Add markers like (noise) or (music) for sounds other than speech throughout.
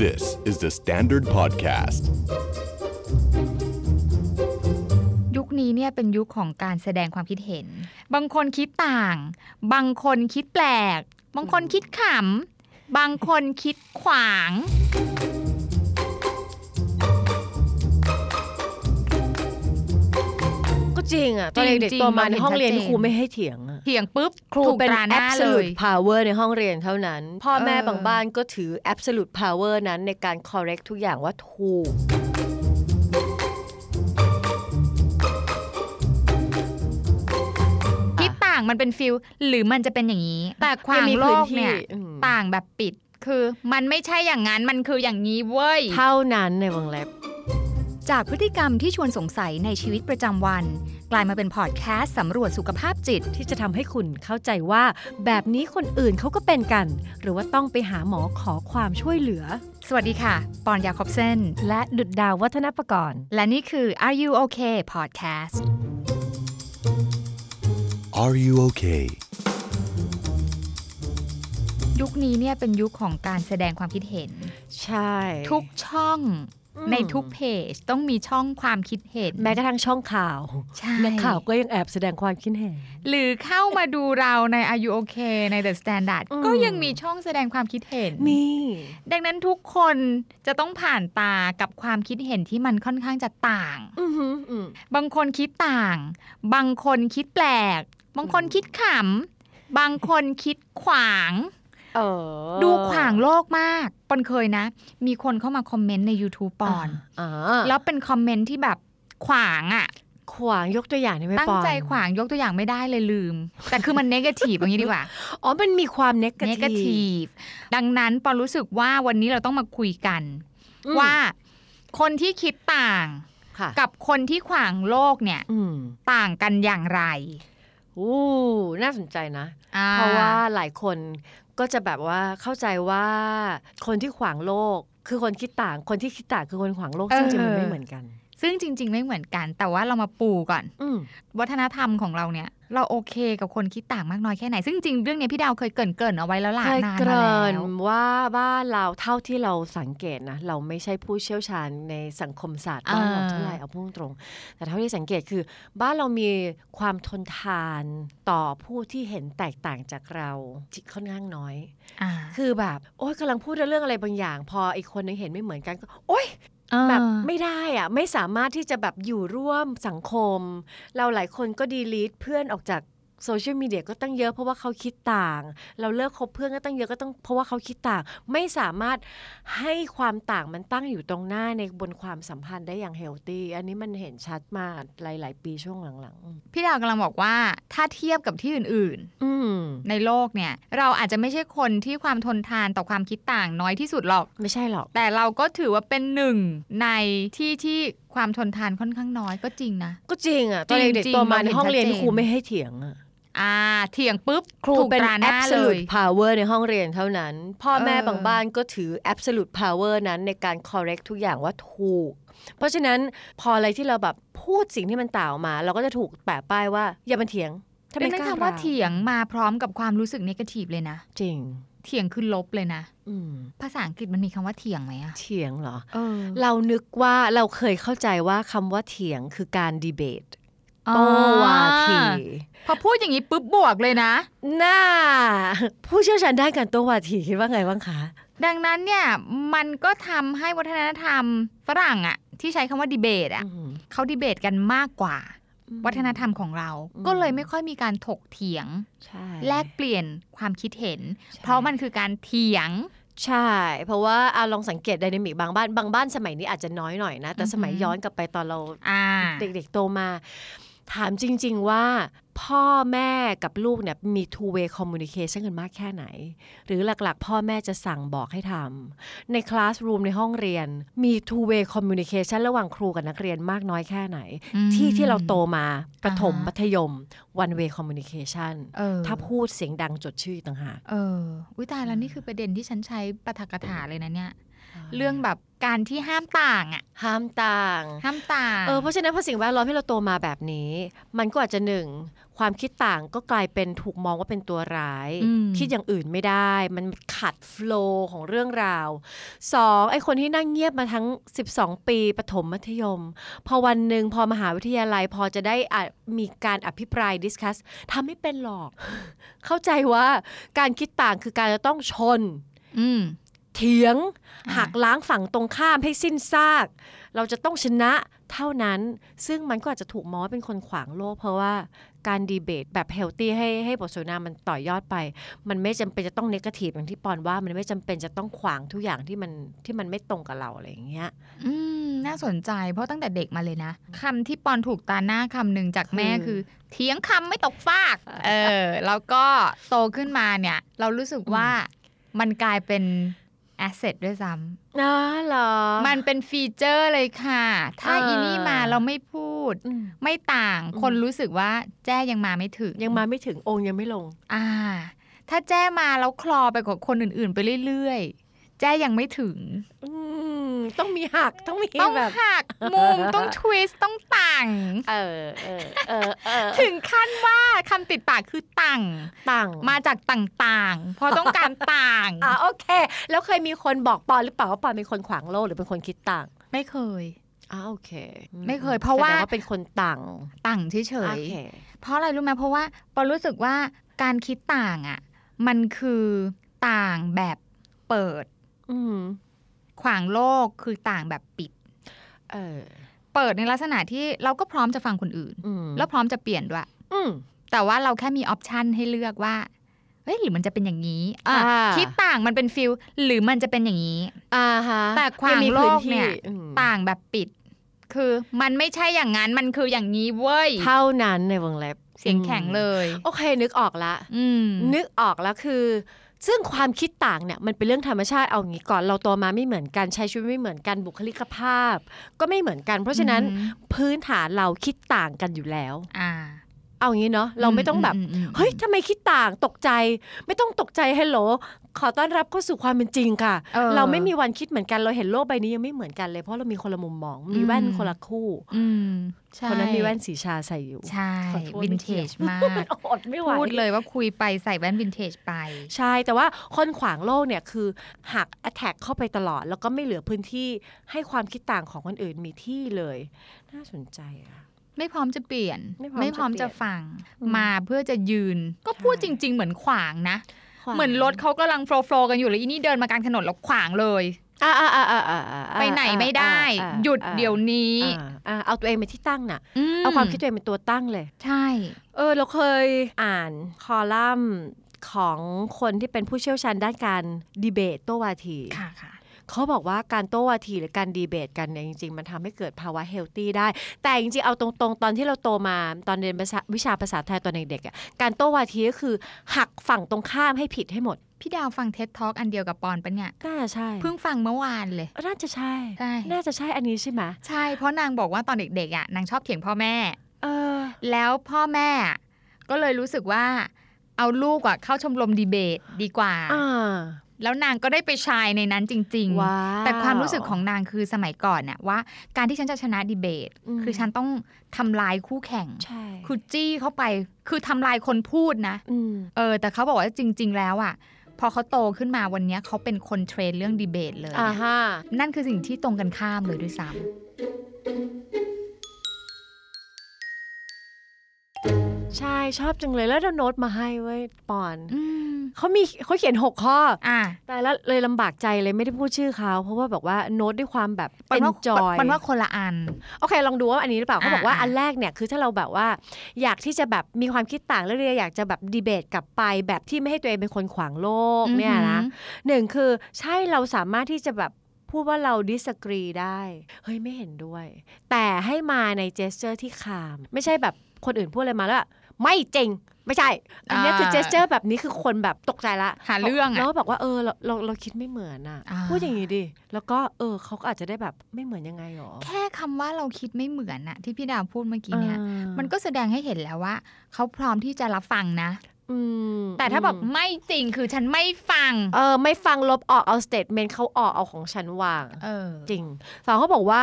This is the Standard Podcast. ยุคนี้เนี่ยเป็นยุคของการแสดงความคิดเห็น บางคนคิดต่าง บางคนคิดแปลก บางคนคิดขำ บางคนคิดขวาง ก็จริงอ่ะตอน จริง เด็ก จริง ๆตัวมาในห้องเรียน เราเห็นชัดเจน ครูไม่ให้เถียงอ่ะ เถียงปุ๊บ ครู ถูก เป็น ตราหน้าเลย absolute power ในห้องเรียนเท่านั้น พ่อแม่ เออ บางบ้านก็ถือ absolute power นั้นในการ correct ทุกอย่างว่าถูก คิดต่างมันเป็นฟิลหรือมันจะเป็นอย่างนี้ แต่ขวางโลกเนี่ย ยังมีพื้นที่อืม ต่างแบบปิด คือมันไม่ใช่อย่างนั้นมันคืออย่างนี้เว้ย เท่านั้นในวงเล็บ จากพฤติกรรมที่ชวนสงสัยในชีวิตประจำวัน กลายมาเป็นพอดแคสต์สำรวจสุขภาพจิต ที่จะทำให้คุณเข้าใจว่าแบบนี้คนอื่นเขาก็เป็นกัน หรือว่าต้องไปหาหมอขอความช่วยเหลือ สวัสดีค่ะ ปอนยาคอบเซน และดุดดาววัฒนประกรณ์ และนี่คือ Are You Okay Podcast Are you okay? ยุคนี้เนี่ยเป็นยุคของการแสดงความคิดเห็น ใช่ ทุกช่อง อืม ในทุกเพจต้องมีช่องความคิดเห็น แม้กระทั่งช่องข่าว ใช่ นักข่าวก็ยังแอบแสดงความคิดเห็น หรือเข้ามาดูเราใน Are You Okay ใน The Standard อืม ก็ยังมีช่องแสดงความคิดเห็น มี ดังนั้นทุกคนจะต้องผ่านตากับความคิดเห็นที่มันค่อนข้างจะต่าง อื้อหืออืม บางคนคิดต่าง บางคนคิดแปลก บางคนคิดขำ บางคนคิดขวาง เออ ดูขวางโลกมากปอนเคยนะ มีคนเข้ามาคอมเมนต์ใน YouTube ปอน อ่า แล้วเป็นคอมเมนต์ที่แบบขวางอะ่ะ ขวางยกตัวอย่างได้ไหม ตั้ ป ง อน ใจขวางยกตัวอย่างไม่ได้เลยลืม แต่คือมันเนกาทีฟอย่างนี้ดีก (laughs) ว่า อ๋อมันมีความเน เนกา า ทีฟดังนั้นปอนรู้สึกว่าวันนี้เราต้องมาคุยกัน ว่า คนที่คิดต่าง ค่ะ กับคนที่ขวางโลกเนี่ย อืม ต่างกันอย่างไร อู้น่าสนใจนะ อ่ เพราะว่าหลายคนก็จะแบบว่าเข้าใจว่าคนที่ขวางโลก คือคนคิดต่าง คนที่คิดต่างคือคนขวางโลกซึ่งจริงๆมันไม่เหมือนกัน ซึ่งจริง ๆ ไม่เหมือนกัน แต่ว่าเรามาปูก่อน อืม วัฒนธรรมของเราเนี่ย เราโอเคกับคนคิดต่างมากน้อยแค่ไหน ซึ่งจริงๆเรื่องเนี้ยพี่ดาวเคยเกรินเกรินๆเอาไว้แล้วล่ะ เคย นาน เก มา ริ่น แล้ว ว่าบ้านเราเท่าที่เราสังเกตนะเราไม่ใช่ผู้เชี่ยวชาญในสังคมศาสตร์บ้านเราเท่าไหร่เอาพูดตรงๆแต่เท่าที่สังเกตคือ บ้านเรามีความทนทานต่อผู้ที่เห็นแตกต่างจากเราจิตค่อนข้างน้อย อ่า คือแบบโอ๊ยกำลังพูดเรื่องอะไรบางอย่าง พออีกคนนึงเห็นไม่เหมือนกันก็โอ๊ย เออ แบบไม่ได้อะไม่สามารถที่จะแบบอยู่ร่วมสังคม เราหลายคนก็ดีลีทเพื่อนออกจากโซเชียลมีเดียก็ตั้งเยอะเพราะว่าเขาคิดต่าง เราเลิกคบเพื่อนก็ตั้งเยอะก็ต้องเพราะว่าเขาคิดต่าง ไม่สามารถให้ความต่างมันตั้งอยู่ตรงหน้าในบนความสัมพันธ์ได้อย่างเฮลตี้อันนี้มันเห็นชัดมากหลาย ๆ ปีช่วงหลัง พี่ดาวกำลังบอกว่าถ้าเทียบกับที่อื่น ๆ อืม ๆ ในโลกเนี่ย เราอาจจะไม่ใช่คนที่ความทนทานต่อความคิดต่างน้อยที่สุดหรอก ไม่ใช่หรอก แต่เราก็ถือว่าเป็นหนึ่งในที่ที่ความทนทานค่อนข้างน้อยก็จริงนะ ก็จริงอ่ะตอน จริ เด็ก งๆ ๆตัวมา เราเห็ ใน น ห้องเรียน ชัดเจน ครูไม่ให้เถียงอะ อ่า เถียงปุ๊บ ครู ถูก เป็น ตราหน้าเลย absolute power ในห้องเรียนเท่านั้น พ่อแม่ เออ บางบ้านก็ถือ absolute power นั้นในการ correct ทุกอย่างว่าถูก เพราะฉะนั้นพออะไรที่เราแบบพูดสิ่งที่มันต่างออกมา เราก็จะถูกแปะป้ายว่าอย่ามาเถียงทำ เป็ ไม น กล้า คำว่า ปล่ เถียงมาพร้อมกับความรู้สึกเนกาทีฟเลยนะ จริง เถียงคือลบเลยนะ อืม ภาษาอังกฤษมันมีคำว่าเถียงไหมอะ เถียงเหรอ เออ เรานึกว่าเราเคยเข้าใจว่าคำว่าเถียงคือการดีเบตโตวาที พอพูดอย่างนี้ปุ๊บบวกเลยนะ น่าผู้เชี่ยวชาญด้านการโตวาทีคิดว่าไงบ้างคะ ดังนั้นเนี่ยมันก็ทำให้วัฒนธรรมฝรั่งอะที่ใช้คำว่าดีเบตอะเขาดีเบตกันมากกว่า วัฒนธรรมของเรา อืม ก็เลยไม่ค่อยมีการถกเถียง ใช่ แลกเปลี่ยนความคิดเห็น ใช่ เพราะมันคือการเถียง ใช่ เพราะว่าอาลองสังเกตไดนามิกบางบ้านบางบ้านสมัยนี้อาจจะน้อยหน่อยนะ แต่ อือหือ สมัยย้อนกลับไปตอนเรา อ่า เด็กๆโตมา ถามจริง ๆ ว่าพ่อแม่กับลูกเนี่ยมี two way communication กันมากแค่ไหน หรือหลักๆ พ่อแม่จะสั่งบอกให้ทำในคลาสรูมในห้องเรียนมี two way communication ระหว่างครูกับนักเรียนมากน้อยแค่ไหน อืม ที่ที่เราโตมาประถม อ่าฮะ มัธยม one way communication เออ ถ้าพูดเสียงดังจดชื่ออีกต่างหาก เอออุ้ยตายแล้วนี่คือประเด็นที่ฉันใช้ประทักถาเลยนะเนี่ย เรื่องแบบการที่ห้ามต่างอะ ห้ามต่าง ห้ามต่าง เออเพราะฉะนั้นพอสิ่งแวดล้อมที่เราโตมาแบบนี้ มันก็อาจจะหนึ่ง ความคิดต่างก็กลายเป็นถูกมองว่าเป็นตัวร้าย อืม คิดอย่างอื่นไม่ได้ มันขัดโฟลว์ของเรื่องราวสองไอ้คนที่นั่งเงียบมาทั้ง 12 ปีประถมมัธยม พอวันหนึ่งพอมหาวิทยาลัยพอจะได้อ่ะมีการอภิปรายดิสคัสทำไม่เป็นหรอก เข้าใจว่าการคิดต่างคือการจะต้องชน อืม เถียง อ่า หักล้างฝั่งตรงข้ามให้สิ้นซาก เราจะต้องชนะเท่านั้น ซึ่งมันก็อาจจะถูกมองว่าเป็นคนขวางโลก เพราะว่าการดีเบตแบบเฮลตี้ให้ให้บทสนทนามันต่อยอดไป มันไม่จำเป็นจะต้องเนกาทีฟอย่างที่ปอนว่ามันไม่จำเป็นจะต้องขวางทุกอย่างที่มันที่มันไม่ตรงกับเราอะไรอย่างเงี้ย อืม น่าสนใจเพราะตั้งแต่เด็กมาเลยนะคำที่ปอนถูกตาหน้าคำหนึ่งจากแม่ คืคืออเถียงคำไม่ตกฟาก เออ แล้วก็โตขึ้นมาเนี่ย เรารู้สึกว่ามันกลายเป็นแอสเซทด้วยซ้ นะเหรอ ำมันเป็นฟีเจอร์เลยค่ะ ถ้า เอออี อีนี่มาเราไม่พูด อืม ไม่ต่าง อืม คนรู้สึกว่าแจ้ยังมาไม่ถึง ยังมาไม่ถึงองค์ยังไม่ลง อ่า ถ้าแจ้มาแล้วคลอไปกับคนอื่นๆ ไปเรื่อยๆ แจ้ยังไม่ถึง อืมต้องมีหักต้องมี ต้อง แบบ หักมุม ต้องทวิสต์ต้องต่าง เออเออเออเออ (laughs) ถึงขั้นว่าคำติดปากคือต่าง ต่าง มาจากต่างๆ เพราะต้องการต่าง (laughs) อ่าโอเค แล้วเคยมีคนบอกปอนหรือเปล่าว่าปอนเป็นคนขวางโลกหรือเป็นคนคิดต่าง ไม่เคย อ่าโอเคอื ไม่เคยเพราะว่า แสดงเป็นคนต่าง ต่างเฉ โอย เค ๆ เพราะอะไรรู้ไหมเพราะว่าปอรู้สึกว่าการคิดต่างอ่ะ มันคือต่างแบบเปิด อืม ขวางโลกคือต่างแบบปิด เออ เปิดในลักษณะที่เราก็พร้อมจะฟังคนอื่น อืม แล้วพร้อมจะเปลี่ยนด้วย อืม แต่ว่าเราแค่มีออปชันให้เลือกว่า เฮ้ยหรือมันจะเป็นอย่างนี้อ่ะ อ่า คิดต่างมันเป็นฟิลหรือมันจะเป็นอย่างนี้ อ่าฮะ แต่ขวาง ไม่มี โล พื้ กเนี่ย ที่อืม ต่างแบบปิด คือมันไม่ใช่อย่างนั้นมันคืออย่างนี้เว้ย เท่านั้นในวงเล็บ เสียงแข็งเลย โอเค นึกออกละ อืม นึกออกแล้วคือ ซึ่งความคิดต่างเนี่ยมันเป็นเรื่องธรรมชาติเอาอย่างนี้ก่อนเราโตมาไม่เหมือนกันใช้ชีวิตไม่เหมือนกันบุคลิกภาพ ก็ไม่เหมือนกัน เพราะฉะนั้น อืม พื้นฐานเราคิดต่างกันอยู่แล้ว อ่า เอาอย่างนี้เนาะเราไม่ต้องแบบ ม เฮ้ย ทำไมคิดต่างตกใจ ไม่ต้องตกใจฮัลโหล ขอต้อนรับเข้าสู่ความเป็นจริงค่ะ ออ เราไม่มีวันคิดเหมือนกัน เราเห็นโลกใบนี้ยังไม่เหมือนกันเลย เพราะเรามีคนละมุมมอง มีแว่น อืม คนละคู่ อืมใช่ คนนั้นมีแว่นสีชาใส่อยู่ ใช่ ขอโทษ วิน ไม่ เท เกี่ยว จมาก อดไม่ไหว พูดเลยว่าคุยไปใส่แว่นวินเทจไป ใช่ แต่ว่าคนขวางโลกเนี่ยคือหัก a t t a c k เข้าไปตลอด แล้วก็ไม่เหลือพื้นที่ให้ความคิดต่างของคนอื่นมีที่เลย น่าสนใจอะ ไม่พร้อมจะเปลี่ยน ไม่ พ พร้ ร้อ อ ม ม จะ จะ ฟัง อืม มาเพื่อจะยืน ก็ ใช่ พูดจริง ๆ เหมือนขวางนะ เหมือนรถเขากำลังโฟล์โฟล์กันอยู่เลยอีนี่เดินมากลางถนนแล้วขวางเลย อ่าอ่าอ่าอ่าอ่าอ่า ไปไหนไม่ได้ อ่า หยุดเดี๋ยวนี้ อ่าอ่าเอาตัวเองเป็นที่ตั้งน่ะ ม เอาความคิดตัวเองเป็นตัวตั้งเลย ใช่ เออเราเคยอ่านคอลัมน์ของคนที่เป็นผู้เชี่ยวชาญด้านการดีเบตโต้วาที ค่ะค่ะ เขาบอกว่าการโต้วาทีหรือการดีเบตกันเนี่ยจริงๆ มันทำให้เกิดภาวะเฮลตี้ได้ แต่จริงๆ เอาตรงๆ ตอนที่เราโตมาตอนเรียนภาษาวิชาภาษาไทยตอนเด็กๆอะการโต้วาทีก็คือหักฝั่งตรงข้ามให้ผิดให้หมด พี่ดาวฟังเท็ t ท็อกอันเดียวกับปอนปะเนี่ย น่าจะใช่ เพิ่งฟังเมื่อวานเลย น่าจะใช่ ใช่ น่าจะใช่อันนี้ใช่ไหม ใช่ เพราะนางบอกว่าตอนเด็กๆอ่ะนางชอบเถียงพ่อแม่ เออ แล้วพ่อแม่อะก็เลยรู้สึกว่า เอาลูกอ่ะเข้าชมรมดีเบตดีกว่า อ่า แล้วนางก็ได้ไปชายในนั้นจริง ๆ ว้าว แต่ความรู้สึกของนางคือสมัยก่อนน่ะว่า การที่ฉันจะชนะดีเบต อืม คือฉันต้องทำลายคู่แข่ง ใช่ คือจี้เข้าไปคือทำลายคนพูดนะ อืม เออแต่เขาบอกว่าจริง ๆ แล้วอ่ะพอเขาโตขึ้นมาวันเนี้ยเขาเป็นคนเทรนเรื่องดีเบตเลย อ่า นะ ฮะ นั่นคือสิ่งที่ตรงกันข้ามเลยด้วยซ้ ใช่ชอบจังเลยแล้วเราโน้ตมาให้เว้ยปอน ำอืม เขามีเขาเขียน 6 ข้อ อ่ะ แต่แล้วเลยลำบากใจเลยไม่ได้พูดชื่อเขาเพราะว่าแบบว่าโน้ตด้วยความแบบ ปันว่า enjoy ปันว่าคนละอัน โอเคลองดูว่าอันนี้หรือเปล่าเขาบอกว่า อ่า อันแรกเนี่ยคือถ้าเราแบบว่า อยากที่จะแบบมีความคิดต่างแล้วเรียอยากจะแบบดีเบตกลับไป แบบที่ไม่ให้ตัวเองเป็นคนขวางโลกเนี่ยนะ อืม หนึ่งคือใช่เราสามารถที่จะแบบพูดว่าเราดิสกรีได้ เฮ้ยไม่เห็นด้วย แต่ให้มาในเจสเจอร์ที่คาม ไม่ใช่แบบคนอื่นพูดอะไรมาแล้วแบบไม่จริงไม่ใช่ อันเนี้ยคือเจสเจอร์แบบนี้คือคนแบบตกใจละ หาเรื่อง แล้ อ่ะ วบอกว่าเออเราเราเราคิดไม่เหมือนอ่ะ อ่า พูดอย่างนี้ดิ แล้วก็เออเขาก็อาจจะได้แบบไม่เหมือนยังไงหรอ แค่คำว่าเราคิดไม่เหมือนน่ะที่พี่ดาวพูดเมื่อกี้เนี่ย อ่า มันก็แสดงให้เห็นแล้วว่าเขาพร้อมที่จะรับฟังนะ อืม แต่ถ้าบอกไม่จริงคือฉันไม่ฟัง เออไม่ฟังลบออกเอาสเตทเมนต์เขาออกเอาของฉันวาง เออ จริงสองเขาบอกว่า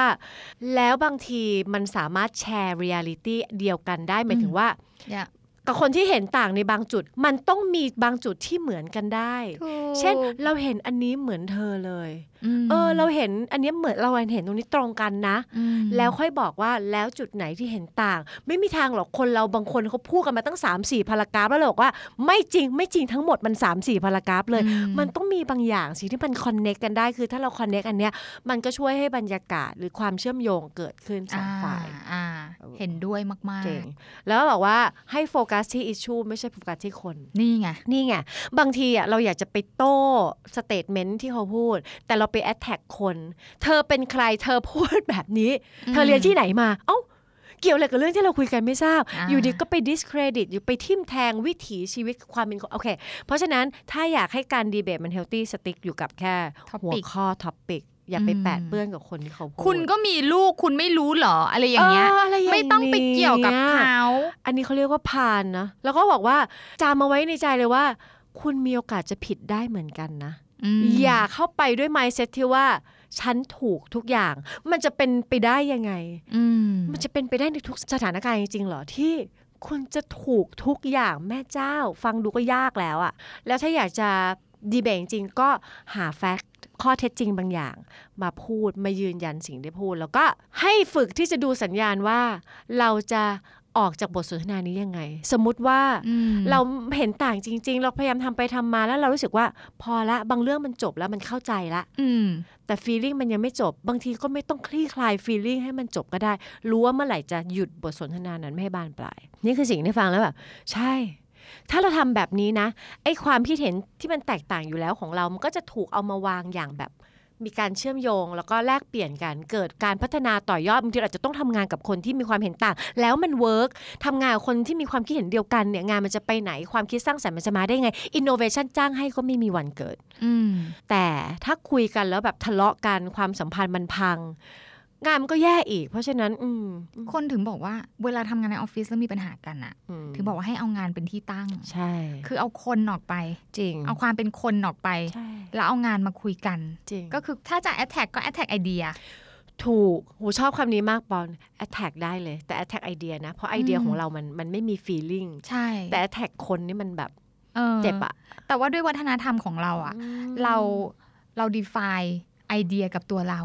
แล้วบางทีมันสามารถแชร์เรียลิตี้เดียวกันได้หมายถึงว่า อย่า กับคนที่เห็นต่างในบางจุด มันต้องมีบางจุดที่เหมือนกันได้ ถูก เช่นเราเห็นอันนี้เหมือนเธอเลย ม เออ เราเห็นอันเนี้ยเหมือนเราเห็นตรงนี้ตรงกันนะ อืม แล้วค่อยบอกว่าแล้วจุดไหนที่เห็นต่าง ไม่มีทางหรอกคนเราบางคนเขาพูดกันมาตั้ง 3 4พารากราฟแล้วเราบอกว่าไม่จริงไม่จริงทั้งหมดมัน 3 4พารากราฟเลย อื มันต้องมีบางอย่างสิ่งที่มันคอนเน็กกันได้คือถ้าเราคอนเน็กอันเนี้ยมันก็ช่วยให้บรรยากาศหรือความเชื่อมโยงเกิดขึ้นสองฝ่าย อ่อ่า เห็นด้วยมาก เก่ง แล้วบอกว่าให้โฟกัสที่อิชชูไม่ใช่โฟกัสที่คน ๆ นี่ไง นี่ไง บางทีอ่ะเราอยากจะไปโต้สเตทเมนต์ที่เขาพูด แต่เราไปแอดแท็กคน เธอเป็นใครเธอพูดแบบนี้ เธอเรียนที่ไหนมา เอ้า เกี่ยวอะไรกับเรื่องที่เราคุยกันไม่ทราบ อ่า อยู่ดีก็ไป discredit อยู่ไปทิมแทงวิถีชีวิตความเป็นคนโอเค เพราะฉะนั้นถ้าอยากให้การดีเบตมันเฮลตี้สติ๊กอยู่กับแค่ หัว Topic ข้อท็อปิกอย่าไป อืม แปดเปื้อนกับคนที่เขาพูด คุณก็มีลูกคุณไม่รู้เหรอ อะไรอย่างเงี้ย ออะรย่า ไม่ต้องไปเกี่ยวกับ นี้ เขา อันนี้เขาเรียกว่าพานนะ แล้วก็บอกว่าจำมาไว้ในใจเลยว่า คุณมีโอกาสจะผิดได้เหมือนกันนะ ม อย่าเข้าไปด้วย mindset ที่ว่า ฉันถูกทุกอย่าง มันจะเป็นไปได้ยังไง อืม มันจะเป็นไปได้ในทุกสถานการณ์จริงๆเหรอที่คุณจะถูกทุกอย่างแม่เจ้า ฟังดูก็ยากแล้วอะแล้วถ้าอยากจะดีเบตจริงๆก็หาแฟกต์ข้อเท็จจริงบางอย่าง มาพูดมายืนยันสิ่งที่พูด แล้วก็ให้ฝึกที่จะดูสัญญาณว่า เราจะออกจากบทสนทนานี้ยังไง สมมุติว่า อืม เราเห็นต่างจริง ๆ เราพยายามทำไปทำมาแล้วเรารู้สึกว่าพอละบางเรื่องมันจบแล้วมันเข้าใจละ อืม แต่ฟีลิ่งมันยังไม่จบบางทีก็ไม่ต้องคลี่คลายฟีลิ่งให้มันจบก็ได้ รู้ว่าเมื่อไหร่จะหยุดบทสนทนานั้นไม่ให้บานปลาย นี่คือสิ่งที่ฟังแล้วแบบใช่ ถ้าเราทำแบบนี้นะ ไอ้ความคิดเห็นที่มันแตกต่างอยู่แล้วของเรา มันก็จะถูกเอามาวางอย่างแบบ มีการเชื่อมโยง แล้วก็แลกเปลี่ยนกัน เกิดการพัฒนาต่อยอดบางทีเราอาจจะต้องทำงานกับคนที่มีความเห็นต่าง แล้วมันเวิร์กทำงานกับคนที่มีความคิดเห็นเดียวกันเนี่ยงานมันจะไปไหนความคิดสร้างสรรค์มันจะมาได้ไงอินโนเวชันจ้างให้ก็ไม่มีวันเกิด อืม แต่ถ้าคุยกันแล้วแบบทะเลาะกันความสัมพันธ์มันพัง งานมันก็แย่อีก เพราะฉะนั้น อืม คนถึงบอกว่าเวลาทำงานในออฟฟิศแล้วมีปัญหากันอะ อืม ถึงบอกว่าให้เอางานเป็นที่ตั้ง ใช่ คือเอาคนออกไป จริง เอาความเป็นคนออกไป ใช่ แล้วเอางานมาคุยกัน จริง ก็คือถ้าจะแอ t แทกก็แอ t แทกไอเดีย ถูกหูชอบคำนี้มากปอน attack ได้เลย แต่ attack ไอเดียนะ เพราะไอเดีย อืม ของเรามันมันไม่มี feeling ใช่ แต่ attack คนนี่มันแบบ ออ เจ็บอะ แต่ว่าด้วยวัฒนธรรมของเราอะ อืม เราเรา define ไอเดียกับตัวเรา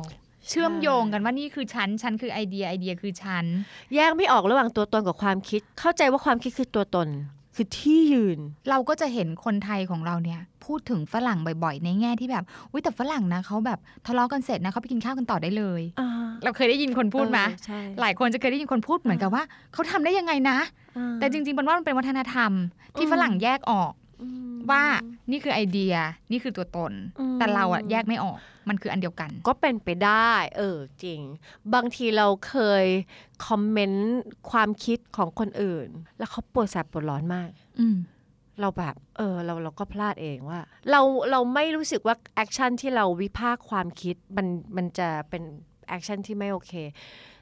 เชื่อมโยงกันว่านี่คือฉัน ฉันคือไอเดียไอเดียคือฉัน แยกไม่ออกระหว่างตัวตนกับความคิด เข้าใจว่าความคิดคือตัวตน คือที่ยืน เราก็จะเห็นคนไทยของเราเนี่ย พูดถึงฝรั่งบ่อยๆ ในแง่ที่แบบอุ้ยแต่ฝรั่งนะเขาแบบทะเลาะกันเสร็จนะเขาไปกินข้าวกันต่อได้เลย อ่า เราเคยได้ยินคนพูดไหม เออใช่ หลายคนจะเคยได้ยินคนพูดเหมือนกับว่าเขาทำได้ยังไงนะ อ่า แต่จริงๆมันว่ามันเป็นวัฒนธรรม ที่ อืม ฝรั่งแยกออก อืม ว่านี่คือไอเดียนี่คือตัวตน อืม แต่เราอะแยกไม่ออกมันคืออันเดียวกัน ก็เป็นไปได้ เออจริง บางทีเราเคยคอมเมนต์ความคิดของคนอื่น แล้วเขาปวดแสบปวดร้อนมาก อืม เราแบบ เออ เราเราก็พลาดเองว่า เราเราไม่รู้สึกว่าแอคชั่นที่เราวิพากษ์ความคิดมันมันจะเป็นแอคชั่นที่ไม่โอเค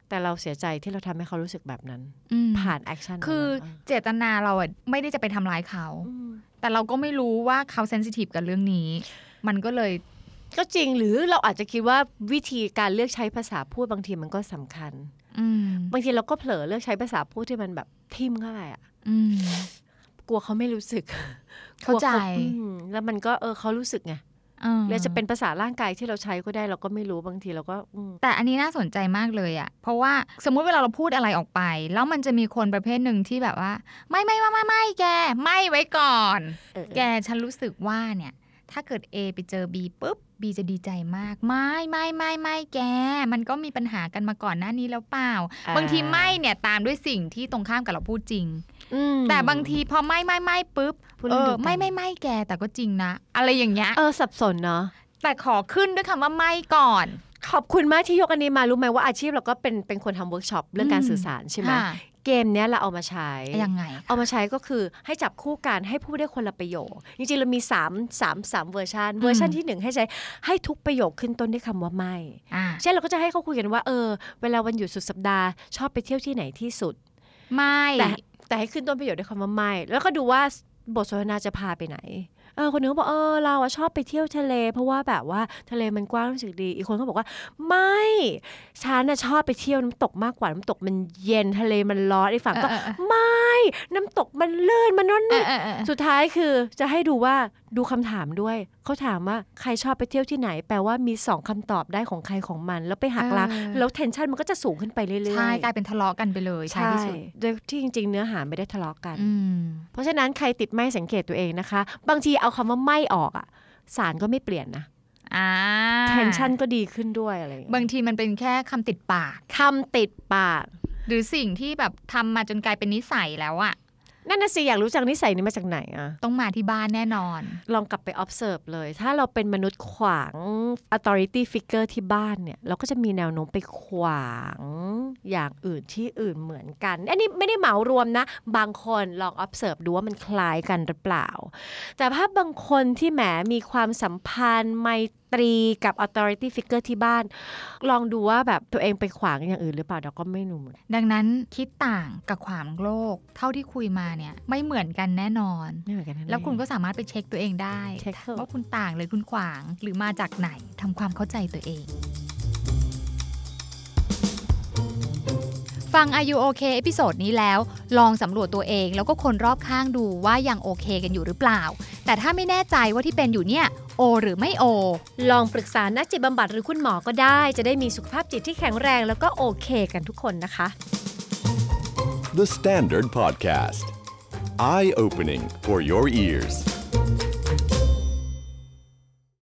แต่เราเสียใจที่เราทำให้เขารู้สึกแบบนั้น อืม ผ่านแอคชั่นนั้น คือ เ เจตนาเราอะไม่ได้จะไปทำร้ายเขา ออ แต่เราก็ไม่รู้ว่าเขาเซนซิทีฟกับเรื่องนี้ มันก็เลย ก็จริงหรือเราอาจจะคิดว่าวิธีการเลือกใช้ภาษาพูดบางทีมันก็สำคัญ อืม บางทีเราก็เผลอเลือกใช้ภาษาพูดที่มันแบบทิมเข้าไปอะ อืม กลัวเขาไม่รู้สึก (laughs) เข้าใจ กลัวเขอืมแล้วมันก็เออเขารู้สึกไง ออ หรือจะเป็นภาษาร่างกายที่เราใช้ก็ได้เราก็ไม่รู้บางทีเราก็อืม แต่อันนี้น่าสนใจมากเลยอะเพราะว่าสมมุติเวลาเราพูดอะไรออกไป แล้วมันจะมีคนประเภทหนึ่งที่แบบว่า ไม่ไม่ไม่ไม่ไม่แก ไม่ไว้ก่อน เออ แกฉันรู้สึกว่าเนี่ย ถ้าเกิด A ไปเจอ B ปุ๊บ B จะดีใจมาก ไม่ไม่ไม่ไม่แก มันก็มีปัญหากันมาก่อนหน้านี้แล้วเปล่า บางทีไม่เนี่ยตามด้วยสิ่งที่ตรงข้ามกับเราพูดจริง อืม แต่บางทีพอไม่ไม่ไม่ปุ๊บ พูด เอ เรื่อง อ เดียวกัน ไม่ไม่ไม่แกแต่ก็จริงนะ อะไรอย่างเงี้ย เออสับสนเนาะ แต่ขอขึ้นด้วยคำว่าไม่ก่อน ขอบคุณมากที่ยกอันนี้มารู้ไหมว่าอาชีพเราก็เป็นเป็นคนทำเวิร์กช็อปเรื่องการสื่อสารใช่ไหม ค่ะ เกมเนี้ยเราเอามาใช้ ยังไง เอามาใช้ก็คือให้จับคู่กันให้พูดได้คนละประโยค จริงๆเรามี3ามสามสามเวอร์ชันเวอร์ชันที่หนึ่งให้ใช้ให้ทุกประโยคขึ้นต้นด้วยคำว่าไม่ อ่ะ เช่นเราก็จะให้เขาคุยกันว่าเออเวลาวันหยุดสุดสัปดาห์ชอบไปเที่ยวที่ไหนที่สุด ไม่ แต่แต่ให้ขึ้นต้นประโยชน์ด้วยคำว่าไม่ แล้วก็ดูว่าบทสนทนาจะพาไปไหน เออคนหนึ่งก็บอกเออเราอะชอบไปเที่ยวทะเล เพราะว่าแบบว่าทะเลมันกว้างรู้สึกดี อีกคนก็บอกว่า ไม่ฉันน่ะชอบไปเที่ยวน้ำตกมากกว่าน้ำตกมันเย็นทะเลมันร้อนไอ้ฝั่งก็ เออเออเออ ไม่น้ำตกมันลื่นมันนั่น เอ นี่ อเออเออ สุดท้ายคือจะให้ดูว่าดูคำถามด้วย เขาถามว่าใครชอบไปเที่ยวที่ไหน แปลว่ามีสองคำตอบได้ของใครของมัน แล้วไปหักล้าง เออ แล้วเทนชันมันก็จะสูงขึ้นไปเรื่อยๆ ใช่กลายเป็นทะเลาะกันไปเลยท้าย ใช่ ที่สุด โดยที่จริง ๆ เนื้อหาไม่ได้ทะเลาะกัน อืม เพราะฉะนั้นใครติดไม่สังเกตตัวเองนะคะ บางทีเอาคำว่าไม่ออกอ่ะสารก็ไม่เปลี่ยนนะ อ่า เทนชันก็ดีขึ้นด้วยอะไรอย่างเงี้ย บางทีมันเป็นแค่คำติดปาก คำติดปาก หรือสิ่งที่แบบทำมาจนกลายเป็นนิสัยแล้วอะ นั่นน่ะสิอยากรู้จักนิสัยนี้มาจากไหนอ่ะ ต้องมาที่บ้านแน่นอน ลองกลับไป observe เลย ถ้าเราเป็นมนุษย์ขวาง authority figure ที่บ้านเนี่ย เราก็จะมีแนวโน้มไปขวางอย่างอื่นที่อื่นเหมือนกัน อันนี้ไม่ได้เหมารวมนะ บางคนลอง observe ดูว่ามันคล้ายกันหรือเปล่า แต่ถ้าบางคนที่แหมมีความสัมพันธ์ไมตรีกับ authority figure ที่บ้าน ลองดูว่าแบบตัวเองไปขวางอย่างอื่นหรือเปล่าเราก็ไม่รู้เหมือนกัน ดังนั้นคิดต่างกับขวางโลก เท่าที่คุยมาเนี่ยไม่เหมือนกันแน่นอน ไม่เหมือนกันนะ แล้วคุณก็สามารถไปเช็คตัวเองได้ เช็คเถอะ ว่าคุณต่างหรือคุณขวางหรือมาจากไหนทำความเข้าใจตัวเอง ฟัง Are You OK เอพิโซดนี้แล้ว ลองสำรวจตัวเองแล้วก็คนรอบข้างดูว่ายังโอเคกันอยู่หรือเปล่า แต่ถ้าไม่แน่ใจว่าที่เป็นอยู่เนี่ยโอ หรือไม่โอ ลองปรึกษานักจิตบำบัดหรือคุณหมอก็ได้ จะได้มีสุขภาพจิตที่แข็งแรงแล้วก็โอเคกันทุกคนนะคะ The Standard Podcast. Eye opening for your ears.